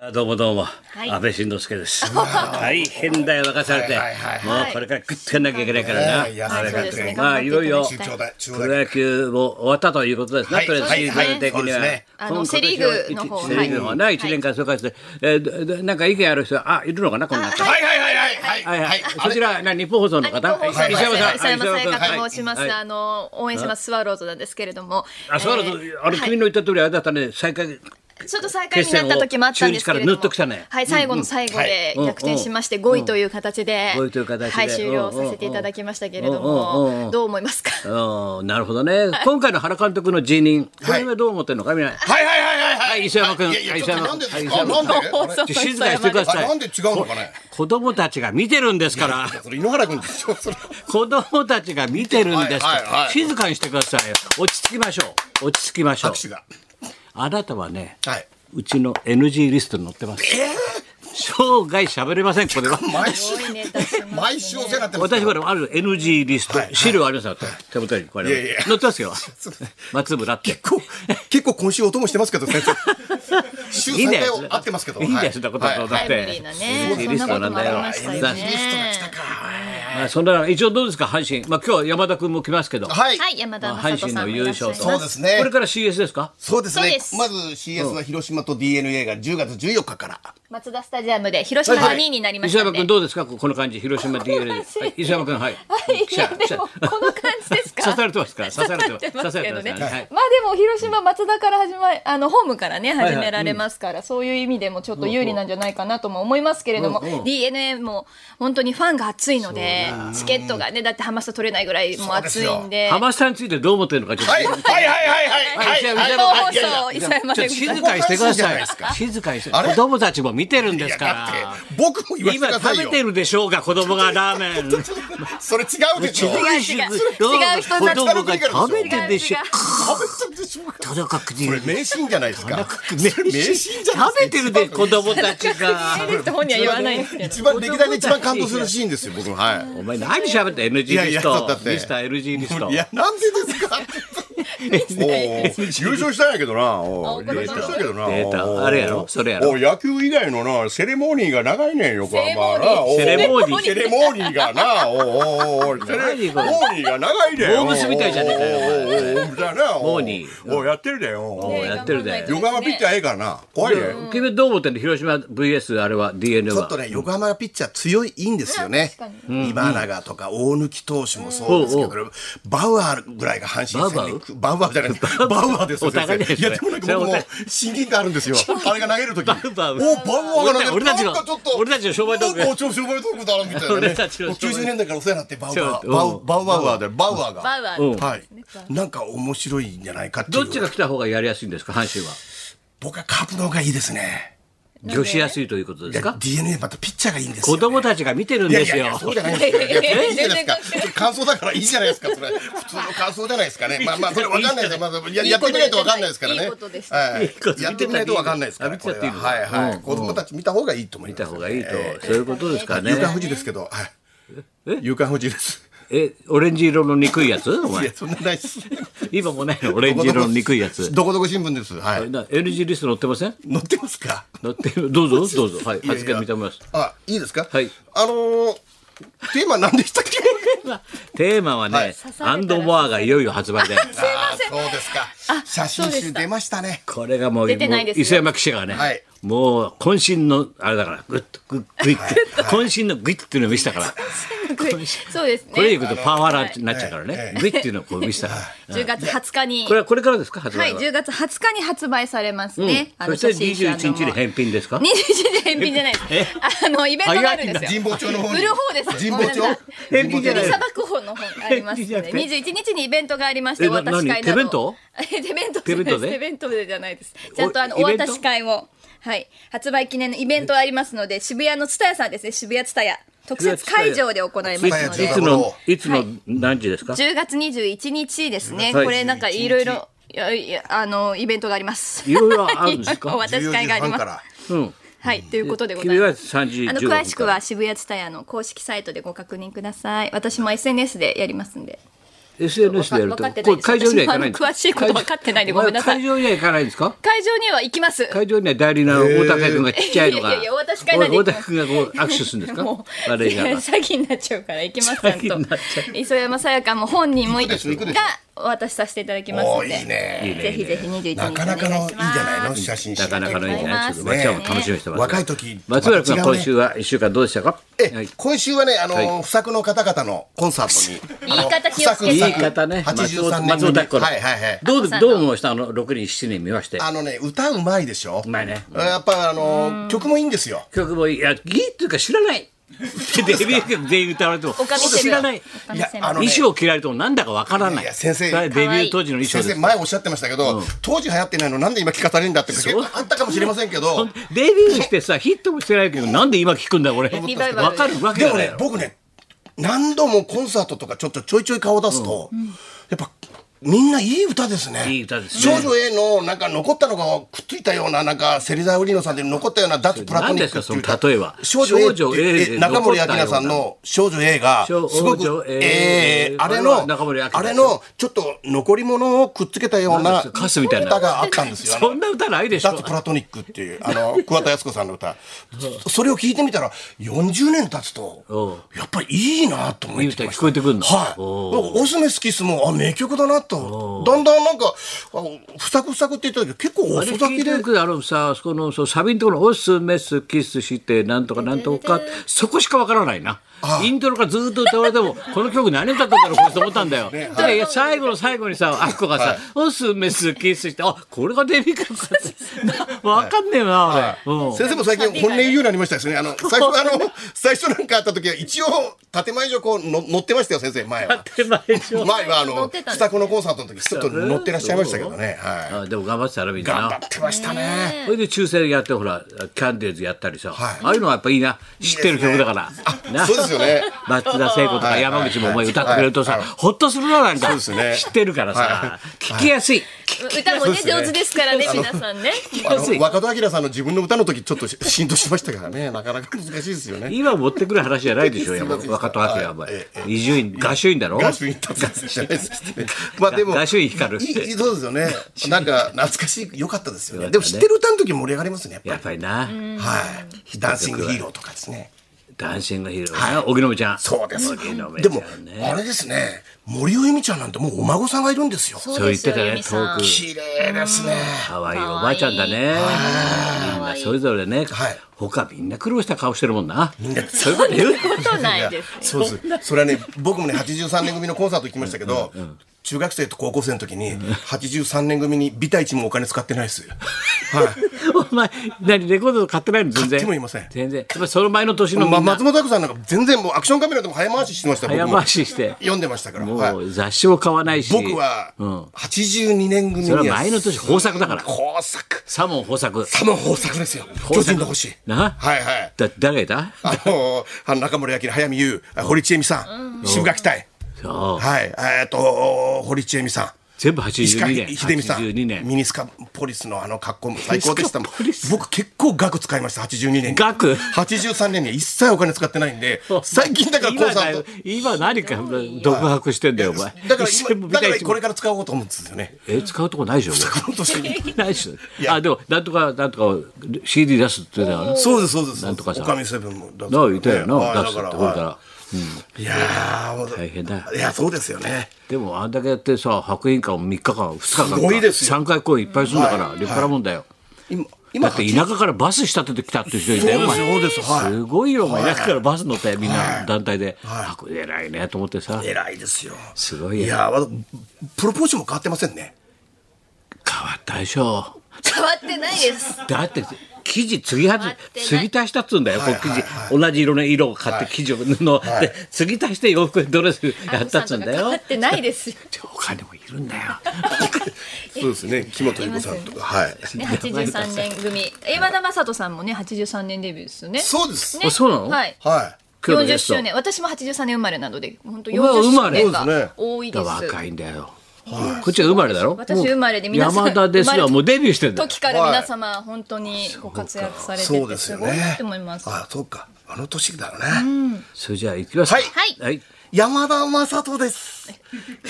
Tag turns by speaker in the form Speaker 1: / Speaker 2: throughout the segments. Speaker 1: あどうもどうも、
Speaker 2: い
Speaker 1: 安倍晋之助です。大変だよ、任されて
Speaker 3: はいはい。は
Speaker 1: もうこれから食ってなきゃいけないからな。
Speaker 3: ねえ安
Speaker 1: あれ
Speaker 3: 倍さん
Speaker 1: だっ
Speaker 3: そうです
Speaker 1: て
Speaker 3: ね
Speaker 1: まあ、いよいよ
Speaker 2: 頑張っていただきた
Speaker 3: ちょうだいちょう
Speaker 1: プ
Speaker 3: だい
Speaker 1: ロ野球も終わったということですな、
Speaker 3: はい
Speaker 1: とりあえずシーズン的には。
Speaker 2: そう
Speaker 3: はいはい
Speaker 2: ですねあの
Speaker 1: 今
Speaker 2: セリーグの
Speaker 1: 今
Speaker 2: 方
Speaker 1: 年は一セリーグの方な、
Speaker 2: はい
Speaker 1: 1年間総括して、えーででなんか意見ある人、あ、いるのかな、こんな人。
Speaker 3: はいはいはいはい
Speaker 1: は
Speaker 3: はい
Speaker 1: いはい、
Speaker 3: あ
Speaker 1: そ
Speaker 3: れ
Speaker 1: ちらな日本放送の方、
Speaker 2: あ日本放送
Speaker 3: はい
Speaker 2: 石山さ
Speaker 1: 石
Speaker 2: ん、石山さん、
Speaker 1: 山
Speaker 2: 加
Speaker 1: 君
Speaker 2: 藤します。
Speaker 1: はい
Speaker 2: あの応援しますスワローズなんですけれども、
Speaker 1: あ、そうだ
Speaker 2: え
Speaker 1: と
Speaker 2: ー、
Speaker 1: あれ、
Speaker 2: はい
Speaker 1: 君の言った通り、あれだったね、最下位。
Speaker 2: ちょっと最下位になった時もあったんですけれ
Speaker 1: 決戦を中日から
Speaker 2: ども、
Speaker 1: ぬっと来たね
Speaker 2: はい、最後の最後で
Speaker 1: うんうん
Speaker 2: 逆転しまして5位という形で、
Speaker 1: うんうん5位という形で
Speaker 2: はい終了させていただきましたけれど
Speaker 1: うんうんうん
Speaker 2: も、どう思いますか。
Speaker 1: うんなるほどね、今回の原監督の辞任、これはどう思ってるのか、みんな。
Speaker 3: はいはいはいはい
Speaker 1: はい磯山君
Speaker 3: いやいや
Speaker 1: はい
Speaker 3: ちょっと
Speaker 1: 磯山
Speaker 3: なんでです
Speaker 1: は
Speaker 3: か
Speaker 1: い
Speaker 3: なんで
Speaker 2: 放送
Speaker 3: あ
Speaker 2: の
Speaker 1: 静かにしてください
Speaker 3: なんで違うのかね
Speaker 1: 子供たちが見てるんですから。
Speaker 3: それ井ノ原君でしょそれ
Speaker 1: 子供たちが見てるんですから、
Speaker 3: はいはいはい
Speaker 1: 静かにしてくださいよ落ち着きましょう落ち着きましょう
Speaker 3: 拍手が
Speaker 1: あなたはね
Speaker 3: はい。
Speaker 1: うちの NG リストに載ってます、生涯喋れませんこれは
Speaker 3: 毎週
Speaker 2: すごいネタしてますね
Speaker 3: 毎週お世話になってます
Speaker 1: 私これある NG リスト、資料ありますよ手元にこれ
Speaker 3: いやいや
Speaker 1: 載ってます よ松村って
Speaker 3: こう結構今週音もしてますけど先生週
Speaker 1: いいん
Speaker 3: 3
Speaker 1: だ
Speaker 3: 回
Speaker 1: よ
Speaker 3: を合ってますけど
Speaker 1: いいんだよ
Speaker 3: はい
Speaker 1: そんなことはどうだ
Speaker 2: タ
Speaker 1: っ
Speaker 2: イ
Speaker 1: て、
Speaker 2: ムリーな
Speaker 1: NG
Speaker 2: ね、そ
Speaker 1: リ
Speaker 2: ん
Speaker 1: ス
Speaker 2: な
Speaker 1: ト
Speaker 2: こ
Speaker 1: な
Speaker 2: と
Speaker 1: んだ
Speaker 2: もあり
Speaker 1: よ
Speaker 2: ました
Speaker 3: はい
Speaker 2: よ
Speaker 3: NG リストが来た
Speaker 2: ね。
Speaker 3: か
Speaker 1: まあそんな中一応どうですか阪神まあ今日山田君も来ますけど、
Speaker 3: はい
Speaker 2: はい、山田
Speaker 1: まあ
Speaker 2: 雅
Speaker 1: 阪
Speaker 2: 人
Speaker 1: 神
Speaker 2: さ
Speaker 1: の
Speaker 2: んも
Speaker 1: 優
Speaker 2: いらっしゃい
Speaker 1: 勝
Speaker 2: ま
Speaker 1: と
Speaker 2: す。
Speaker 3: そうですね
Speaker 1: これから CS ですか
Speaker 3: そうです
Speaker 2: そう
Speaker 3: ね
Speaker 2: です
Speaker 3: まず CS は広島と DNA が10月14日から
Speaker 2: 松田スタジアムで広島が2位になりまし
Speaker 1: 石
Speaker 2: たの
Speaker 1: 山
Speaker 2: で。
Speaker 1: 君どうですかここの感じ広島 DL で、はい、石山君はい、
Speaker 2: はい、
Speaker 1: 記
Speaker 2: い
Speaker 1: 者
Speaker 2: や
Speaker 1: 記
Speaker 2: で
Speaker 1: 者
Speaker 2: もこの感じですか。
Speaker 1: 刺されてますから刺されてます
Speaker 2: 刺ますけどね。
Speaker 1: 刺
Speaker 2: ま
Speaker 1: さ
Speaker 2: あ
Speaker 1: れてますからねはい
Speaker 2: でも広島松田から始まあのホームからね
Speaker 1: はい
Speaker 2: 始められますから、そういう意味でもちょっと有利なんじゃないかなとも思いますけれども、
Speaker 1: うんうん
Speaker 2: DNA も本当にファンが熱いので、チケットがねだってハマスタ取れないぐらいもう熱いんで。
Speaker 1: 浜下についてどう思ってるのかちょっと、
Speaker 3: はいはいはいはいはい
Speaker 1: 石山
Speaker 3: は
Speaker 1: 石
Speaker 3: い
Speaker 1: 山君
Speaker 2: 放
Speaker 1: はいいやいや
Speaker 2: 送伊佐山
Speaker 1: ちょっ
Speaker 2: で
Speaker 1: と
Speaker 2: ござ
Speaker 1: 静
Speaker 2: いま
Speaker 1: か
Speaker 2: す。
Speaker 1: にしてくだ
Speaker 3: じゃ
Speaker 1: さ
Speaker 3: ない
Speaker 1: い
Speaker 3: ですか
Speaker 1: 静かにして
Speaker 3: あれ
Speaker 1: 子供たちも見てるんで
Speaker 3: い
Speaker 1: す
Speaker 3: や
Speaker 1: か
Speaker 3: だ
Speaker 1: ら
Speaker 3: って僕も言わせて
Speaker 1: 今
Speaker 3: くださ
Speaker 1: 食
Speaker 3: い
Speaker 1: べ
Speaker 3: よ
Speaker 1: てるでしょうが子供がラーメン
Speaker 3: それ違うでしょ
Speaker 1: 静かにしてくださいどう
Speaker 2: 違う人たち
Speaker 1: 子供が食べてるでしょ
Speaker 2: 違う違う
Speaker 3: 食べてるでしょうか
Speaker 1: 田中君
Speaker 3: これ名シーンじゃないです か
Speaker 1: 名刺
Speaker 3: 名刺 じゃない
Speaker 1: 食べてるで子供たち
Speaker 2: え
Speaker 1: が
Speaker 2: ーですと本人は言わないんですけど。
Speaker 3: 一番歴代で一番感動するシーンですよ僕もは
Speaker 1: お前何喋って NG リスト
Speaker 3: いやいやだって
Speaker 1: ミスター NG リスト
Speaker 3: いいやなんでですかおう優勝したんやけどなおう
Speaker 2: あ
Speaker 3: 優勝したんやけどな
Speaker 1: データ
Speaker 3: おう
Speaker 1: あれやろそれやろ
Speaker 3: おう野球以外のなセレモニーが長いねん横浜はな
Speaker 1: セレモニー
Speaker 3: おうセレモニーがなおうお うおうセレモニーが長いねん
Speaker 1: モー娘みたいじゃねえかよ
Speaker 3: おうおうおうおうみたいなおう
Speaker 1: モーニー
Speaker 3: おうやってるだよ
Speaker 1: もうやってるで
Speaker 2: ね
Speaker 3: 横浜ピッチャーええからな怖いね
Speaker 1: 君どう思ってんの広島 VS あれは DNA
Speaker 3: ちょっと
Speaker 1: は
Speaker 3: ね、横浜のピッチャー強い、いいんですよね。今永とか大貫投手もそうですけど、
Speaker 1: う
Speaker 3: バウアーぐらいが阪神戦で、バウアーじゃないです。バウアーですよ。
Speaker 1: お互いです
Speaker 3: 先生い
Speaker 1: ね
Speaker 3: や、でもな
Speaker 1: それ
Speaker 3: んか
Speaker 1: お
Speaker 3: 僕も
Speaker 1: 互い
Speaker 3: 親近感あるんですよ。あれが投げるとき。お、バウ
Speaker 1: バウ
Speaker 3: ア
Speaker 1: アー
Speaker 3: ーが投げる。
Speaker 1: 俺たちの
Speaker 3: なんかょっと
Speaker 1: 俺たちの商売道具
Speaker 3: なんかちょっと商売道具だなみたいなね。
Speaker 1: 俺たちの商売道具
Speaker 3: 90年代からお世話になって、バウア
Speaker 1: ちょ
Speaker 3: ー、バ
Speaker 1: う
Speaker 3: ウ
Speaker 1: ん
Speaker 3: バウアーで、バウアーが。
Speaker 2: バウアー
Speaker 1: うん
Speaker 3: はい。なんか面白いんじゃないかっていう。
Speaker 1: どっちが来た方がやりやすいんですか阪神は
Speaker 3: 僕はカープの方がいいですね。
Speaker 1: 女子やすいということですか
Speaker 3: DNA またピッチャーがいいんですよ
Speaker 1: 子
Speaker 3: ね。
Speaker 1: 供たちが見てるんです
Speaker 3: いやいや
Speaker 1: よ
Speaker 3: いやそうじゃないんですよ。いやいいじゃな
Speaker 2: 全然
Speaker 3: い
Speaker 2: 関
Speaker 3: です
Speaker 2: 係
Speaker 3: か。感想だからいいじゃないですか。それ普通の感想じゃないですかね。まあまあそれわかんないですよ。まあや
Speaker 2: いい
Speaker 3: やっ
Speaker 2: こ
Speaker 3: て
Speaker 2: と
Speaker 3: みないとわかんないですからね。
Speaker 2: いいことです
Speaker 3: はい
Speaker 1: いいこと
Speaker 3: やってみないとわかんないですから。
Speaker 1: 見てたっていいの
Speaker 3: これははいは
Speaker 1: う
Speaker 3: い。
Speaker 1: ん
Speaker 3: 子供たち見た方がいいと思い
Speaker 1: 見た
Speaker 3: ます。
Speaker 1: 方がいいとそういうことですかね
Speaker 3: 有観保持ですけど、はい。有観保持です。
Speaker 1: えオレンジ色の憎いやつお
Speaker 3: いや
Speaker 1: 前
Speaker 3: そんなない です。
Speaker 1: 今もないのオレンジ色の憎いやつ
Speaker 3: どこどこ新聞です。はい。
Speaker 1: な NG リスト載ってません
Speaker 3: 載ってますか。
Speaker 1: 載ってるどうぞどうぞはい
Speaker 3: いやいや
Speaker 1: 発言認めます
Speaker 3: あいいですか。
Speaker 1: はい
Speaker 3: あのーテーマ何でしたっけ。
Speaker 1: テーマはね、
Speaker 3: はい
Speaker 1: アンドモアがいよいよ発売で
Speaker 3: あそうですか。写真集出ましたね。
Speaker 1: これがもう
Speaker 2: 出てないですよ
Speaker 1: もう磯山記者がね、
Speaker 3: はい
Speaker 1: もう渾身のあれだからグッとグッグイッと渾身のグイッっていうのを見せた から
Speaker 2: そうですね。
Speaker 1: これいくとパワハラになっちゃうから
Speaker 3: はい
Speaker 1: ね
Speaker 3: は
Speaker 1: グイッっていうのをこう見せたから
Speaker 2: 10月20日に
Speaker 1: これはこれからですか発
Speaker 2: は
Speaker 1: 売
Speaker 2: い、
Speaker 1: は、
Speaker 2: 10月20日に発売されます
Speaker 1: うん
Speaker 2: ね。あの
Speaker 1: そ
Speaker 2: 写
Speaker 1: して
Speaker 2: 真集あの
Speaker 1: 21日で返品ですか
Speaker 2: 21日で返品じゃないです。あのイベントがあるんです
Speaker 3: 神
Speaker 2: よ。
Speaker 3: 保町の方に。
Speaker 2: 売る方です。
Speaker 3: 神保町
Speaker 2: ごめんなさい。
Speaker 1: 返品じゃない
Speaker 2: 売りさばく方の方がありますの
Speaker 1: 返
Speaker 2: で、
Speaker 1: 品じ
Speaker 2: 21日にイベントがありまして、
Speaker 1: え
Speaker 2: お
Speaker 1: な
Speaker 2: 渡し会など。
Speaker 1: 何手弁当
Speaker 2: 手弁当じゃない
Speaker 1: 手弁当で
Speaker 2: です。手弁当でじゃないです。ちゃんとあの
Speaker 1: お
Speaker 2: お
Speaker 1: イベント
Speaker 2: 渡し会を、はい、発売記念のイベントありますので、渋谷のツタヤさんですね、渋谷ツタヤ特設会場で行います
Speaker 1: い
Speaker 2: の
Speaker 1: つい
Speaker 2: で
Speaker 1: つ。のいつ
Speaker 2: は
Speaker 1: の
Speaker 2: い
Speaker 1: 何時です か、
Speaker 2: 10月21日ですね。
Speaker 1: はい
Speaker 2: これなんかいろいろ、いやいやあのイベントがあります。
Speaker 1: いろいろあるんですか
Speaker 2: お渡し会があります。
Speaker 1: うん、
Speaker 2: はい、ということでござい
Speaker 1: 君は
Speaker 2: ます。
Speaker 1: 3時15
Speaker 2: あの
Speaker 1: 分から
Speaker 2: 詳しくは渋谷ツタヤの公式サイトでご確認ください。私も SNS でやりますんで。
Speaker 1: SNS でやると、
Speaker 2: わかって
Speaker 1: これ
Speaker 2: ないです
Speaker 1: 会場には行かないんです
Speaker 2: 私もあの詳しいことわかってないんでごめんなさい
Speaker 1: 会場には行かないんですか
Speaker 2: 会場には行きます
Speaker 1: 会場には代理の大高君がちっちゃいのが、
Speaker 2: いやいやいや大田司会なんで
Speaker 1: 大田君がこう握手するんですか
Speaker 2: もう
Speaker 1: マネージャーが
Speaker 2: 詐欺になっちゃうから行きますちゃん
Speaker 1: 詐欺になっ
Speaker 2: と磯山さやかも本人も
Speaker 3: 行くでしょ行くでしょ
Speaker 2: がお渡しさせていただきます
Speaker 3: お
Speaker 2: の
Speaker 3: ー
Speaker 2: で
Speaker 3: いい
Speaker 1: いい
Speaker 3: ね
Speaker 1: ね
Speaker 2: ぜひぜひ21日にお
Speaker 3: な
Speaker 2: 願いし
Speaker 3: か
Speaker 2: ます
Speaker 3: なかのいいじゃないの写真集
Speaker 1: なかなかのいいんじゃないですか。
Speaker 3: ね
Speaker 1: 松山も楽しみにしてます。
Speaker 3: 若い時
Speaker 1: 松原君は今週は一週間どうでしたか。
Speaker 3: え、
Speaker 1: はい
Speaker 3: 今週はね、あのー
Speaker 1: は
Speaker 3: 不作の方々のコンサー トに。
Speaker 2: 言い方気をつけて
Speaker 1: 言い方ね。松
Speaker 3: 83
Speaker 1: 本
Speaker 3: 年
Speaker 1: 松尾拓子の。
Speaker 3: はいはいはい。
Speaker 1: どう
Speaker 2: さん
Speaker 1: ど
Speaker 2: の
Speaker 1: う思いましたあの六人七人見まして。
Speaker 3: あのね、歌うまいでしょ。
Speaker 1: うまいね
Speaker 3: やっぱあのー曲もいいんですよ。
Speaker 1: 曲もいいいやいいっていうか知ら ない。デビュー曲全員歌われても
Speaker 2: おかみせ
Speaker 1: 知らない。
Speaker 2: おかみせんべい
Speaker 3: いやあの
Speaker 1: 衣装着られてもなんだかわからない。
Speaker 3: いや先生
Speaker 1: それはデビュー当時の衣装
Speaker 3: 先
Speaker 1: で
Speaker 3: 生
Speaker 1: す。
Speaker 3: 前おっしゃってましたけど、当時流行ってないのなんで今聞かされるんだって結構あったかもしれませんけ
Speaker 1: ほ
Speaker 3: ど
Speaker 1: んデビューしてさヒットもしてないけどなんで今聞くんだこれ。
Speaker 2: リバイバル
Speaker 1: わかるわけ
Speaker 3: で
Speaker 1: が
Speaker 3: も
Speaker 1: ない
Speaker 3: ね
Speaker 1: よ。
Speaker 3: 僕ね何度もコンサートとかちょっとちょいちょい顔出すと、やっぱみんないい歌ですね
Speaker 1: いい歌ですね
Speaker 3: 少女 A のなんか残ったのがくっついたようななんか芹沢売野さんで残ったような脱プラトニッ
Speaker 1: 何
Speaker 3: クっていう歌
Speaker 1: ですかその例えは
Speaker 3: 少女 A って
Speaker 1: 少女 A で
Speaker 3: 中森明菜さんの少女 A がす
Speaker 1: 少女 A
Speaker 3: ごくえーあれの
Speaker 1: 中森明菜
Speaker 3: あれのちょっと残り物をくっつけたよう
Speaker 1: なん
Speaker 3: な
Speaker 1: ですかカスみたいな
Speaker 3: 歌があったんですよあの
Speaker 1: そんな歌ないでしょ
Speaker 3: 脱。プラトニックっていうあの桑田靖子さんの歌それを聞いてみたら40年経つとやっぱりいいなと思ってきました
Speaker 1: いい歌聞こえてくんの
Speaker 3: はい
Speaker 1: お
Speaker 3: なんかオスメスキスもあ名曲だなとだんだんなんかあふさくふさくって言ってたけど結構
Speaker 1: あれ
Speaker 3: 遅咲
Speaker 1: 聞い
Speaker 3: き
Speaker 1: て
Speaker 3: で
Speaker 1: るけどあのさあそこのそうサビのところの「オスメスキスしてなんとかなんとか」そこしかわからないなイントロからずっと歌われても この曲何歌ってんだろうこいつと思ったんだよ、いやいや最後の最後にさあっこがさ「オスメスキスしてあこれがデビュー曲か」 ってわかんねえな俺、 うん
Speaker 3: 先生も最近本音言うようになりましたですねあ の最初あの最初なんかあった時は一応建前上こうの乗ってましたよ先生前は
Speaker 1: 手前でしょ
Speaker 3: 前はあ
Speaker 2: 乗
Speaker 3: の
Speaker 2: ってたんで
Speaker 3: ふ
Speaker 2: すね
Speaker 3: さくのコンサートの時ちょっと乗ってらっしゃいましたけどねは
Speaker 1: あでも頑張ってたらみ
Speaker 3: い
Speaker 1: んな
Speaker 3: 頑張
Speaker 1: な
Speaker 3: ってましたね
Speaker 1: それで抽選やってほらキャンディーズやったりさ、
Speaker 3: はい
Speaker 1: ああいうのはやっぱいいな知ってる曲だからな
Speaker 3: そうですよね
Speaker 1: 松田聖子とか
Speaker 3: はい
Speaker 1: 山口もお前歌ってくれると
Speaker 3: は
Speaker 1: さ
Speaker 3: いはい
Speaker 1: ほっとするななんか
Speaker 3: そうですね
Speaker 1: 知ってるからさ聞きやすい
Speaker 2: 歌もね
Speaker 3: そうですね
Speaker 2: 上手ですからね皆さんね
Speaker 3: あの若戸明さんの自分の歌の時ちょっとし浸透しましたから ねなかなか難しいですよね。
Speaker 1: 今持ってくる話じゃないでしょ
Speaker 3: すいません
Speaker 1: 若戸明はお前
Speaker 3: ええ
Speaker 1: 伊集院合唱院だろ
Speaker 3: ガシュイン達成じゃないですね。 まあでも
Speaker 1: ガシュイン光る
Speaker 3: いいいいそうですよ ね。なんか懐かしい良かったですよね。でも知ってる歌の時盛り上がりますね。やっぱ
Speaker 1: やっぱりな
Speaker 3: りはい。ダンシングヒーローとかですね。
Speaker 1: ダンシングヒーローな荻野目ちゃん
Speaker 3: そうです。
Speaker 1: 荻野目ち
Speaker 3: で
Speaker 1: ゃん
Speaker 3: も
Speaker 1: ね
Speaker 3: あれですね。森尾由美ちゃんなんてもうお孫さんがいるんですよ。
Speaker 1: そう言ってた
Speaker 2: そう
Speaker 1: ね
Speaker 2: です
Speaker 1: ト
Speaker 2: よ
Speaker 1: ーク
Speaker 3: 綺麗ですね。
Speaker 1: 可愛いおばあちゃんだね。みんなそれぞれね
Speaker 3: はい、
Speaker 1: 他みんな苦労した顔してるもんな。
Speaker 3: そういう
Speaker 1: こと言う
Speaker 2: ことないですよ
Speaker 3: そうで す。それはね、僕もね、83年組のコンサート行きましたけど、中学生と高校生の時に、83年組にビタ一もお金使ってない です。はい。
Speaker 1: お前、何、レコード買ってないの全然。
Speaker 3: 買ってもいません
Speaker 1: 全然。やっぱその前の年の
Speaker 3: ま
Speaker 1: み
Speaker 3: あ、
Speaker 1: んな
Speaker 3: 松本拓さんなんか全然もうアクションカメラでも早回ししてました、僕
Speaker 1: 早
Speaker 3: も
Speaker 1: 回。しして、
Speaker 3: 読んでましたから。
Speaker 1: も
Speaker 3: はいう
Speaker 1: 雑誌も買わないし。
Speaker 3: 僕は、82年組に
Speaker 1: それは前の年豊作だから
Speaker 3: 豊作。
Speaker 1: サモン豊作。
Speaker 3: 多分豊作ですよ。巨人の星。
Speaker 1: な
Speaker 3: は いはい。
Speaker 1: だ、誰だ
Speaker 3: あのー、あの中森明菜、早見優、あ堀ちえみさん、渋垣隊。
Speaker 1: そう。
Speaker 3: はい。えっと、堀ちえみさん。
Speaker 1: 全部
Speaker 3: 石川
Speaker 1: 82年。
Speaker 3: 秀美さん
Speaker 1: 82年。
Speaker 3: ミニスカポリスのあの格好も最高でしたもん
Speaker 1: ミニスカポリス
Speaker 3: 僕結構額使いました82年に
Speaker 1: 額
Speaker 3: 83年には一切お金使ってないんで最近だからコンサート
Speaker 1: 今だよ今何か独白してんだよ、お前。
Speaker 3: だから
Speaker 1: 一銭も
Speaker 3: 今
Speaker 1: 見な
Speaker 3: だ
Speaker 1: い
Speaker 3: からこれから使おうと思うんですよね
Speaker 1: え、使うとこないでしょ、俺
Speaker 3: この年に
Speaker 1: ないですよ
Speaker 3: い。や
Speaker 1: あ、でも、なんとか、なんとか、CD 出すって言うのはね。
Speaker 3: そうですそうです
Speaker 1: なんとかさ
Speaker 3: おかみセブンもだ
Speaker 1: なあ、言ったよ
Speaker 3: はい
Speaker 1: な、出
Speaker 3: だ
Speaker 1: すっ
Speaker 3: か
Speaker 1: て
Speaker 3: ら
Speaker 1: ほいたら。
Speaker 3: いやーもう
Speaker 1: 大変だ
Speaker 3: いやそうですよね
Speaker 1: でも、あんだけやってさ、白銀館も3日間、2日間か。
Speaker 3: すごいですよ
Speaker 1: 3回公演いっぱいするんだから、
Speaker 3: はい
Speaker 1: 立派なもんだよ。
Speaker 3: 今
Speaker 1: だ
Speaker 3: 今
Speaker 1: って田舎からバス仕立ててきたっていう人いたよ、お前。
Speaker 3: そうですそうですはい
Speaker 1: すごいよ、お前。田舎からバス乗ったよ、みんな、団体で。白偉いね、と思ってさ。
Speaker 3: 偉いですよ
Speaker 1: すごい
Speaker 3: い
Speaker 1: よ
Speaker 3: やープロポーションも変わってませんね
Speaker 1: 変わったでしょ。
Speaker 2: 変わってないです
Speaker 1: だって生地継ぎはず
Speaker 2: 待って
Speaker 1: 継
Speaker 2: ない
Speaker 1: ぎ足したっつうんだよ、
Speaker 3: はい
Speaker 1: こう
Speaker 3: はい
Speaker 1: 生地、同じ色の色を買って生地を布を、
Speaker 3: はい
Speaker 1: で継ぎ足して洋服ドレスやったっつうんだ
Speaker 2: 変わ
Speaker 1: よ
Speaker 2: ってないですよ
Speaker 1: 他にもいるんだよ
Speaker 3: そうですね木本由子さんとかはい
Speaker 2: ね83年組山田雅人さんもね83年デビューですよね
Speaker 3: そうです
Speaker 2: ね
Speaker 1: あそうなの
Speaker 2: はい
Speaker 3: はい
Speaker 1: 今日の
Speaker 2: 40
Speaker 1: ゲスト
Speaker 2: 周年私も83年生まれなので本当
Speaker 1: お前は
Speaker 2: 40
Speaker 1: 生ま
Speaker 2: 周
Speaker 1: れ
Speaker 2: 年が多いで
Speaker 1: だ
Speaker 2: す
Speaker 1: から若いんだよ、こっちは生まれだろ
Speaker 2: 私生まれで
Speaker 1: もう
Speaker 2: 皆さん
Speaker 1: 山田です
Speaker 2: 生ま
Speaker 1: は
Speaker 2: れ
Speaker 1: もうデビューしてんだよ
Speaker 2: 時から皆様、本当にご活躍されて
Speaker 3: そう
Speaker 2: て
Speaker 3: です
Speaker 2: す
Speaker 3: よ
Speaker 2: ごいな
Speaker 3: ね
Speaker 2: って思います。
Speaker 3: あそうかあの年だよね
Speaker 1: それじゃあ行きますか
Speaker 3: はい
Speaker 2: はい
Speaker 1: はい
Speaker 3: 山田雅人です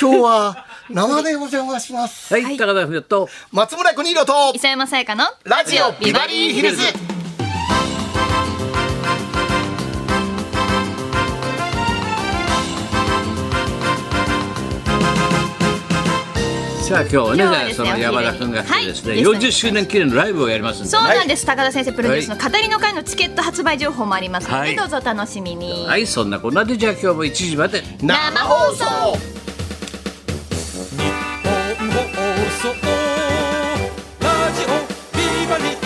Speaker 3: 今日は生でお邪魔します。
Speaker 1: はい、高田文夫と
Speaker 3: 松村邦洋と
Speaker 2: 磯山さやかの
Speaker 3: ラジオビバリーヒルズ。
Speaker 1: さあ今日はね
Speaker 2: 今日はです
Speaker 1: そ
Speaker 2: ね
Speaker 1: の山田君が来てですね、
Speaker 2: はい
Speaker 1: 40周年記念のライブをやりますんで
Speaker 2: そうなんです、高田先生プロデュースの語りの会のチケット発売情報もありますので、
Speaker 1: はい
Speaker 2: どうぞお楽しみに、
Speaker 1: はいそんなこんなでじゃあ今日も1時まで
Speaker 2: 生放送
Speaker 4: 放送ラジオビバリー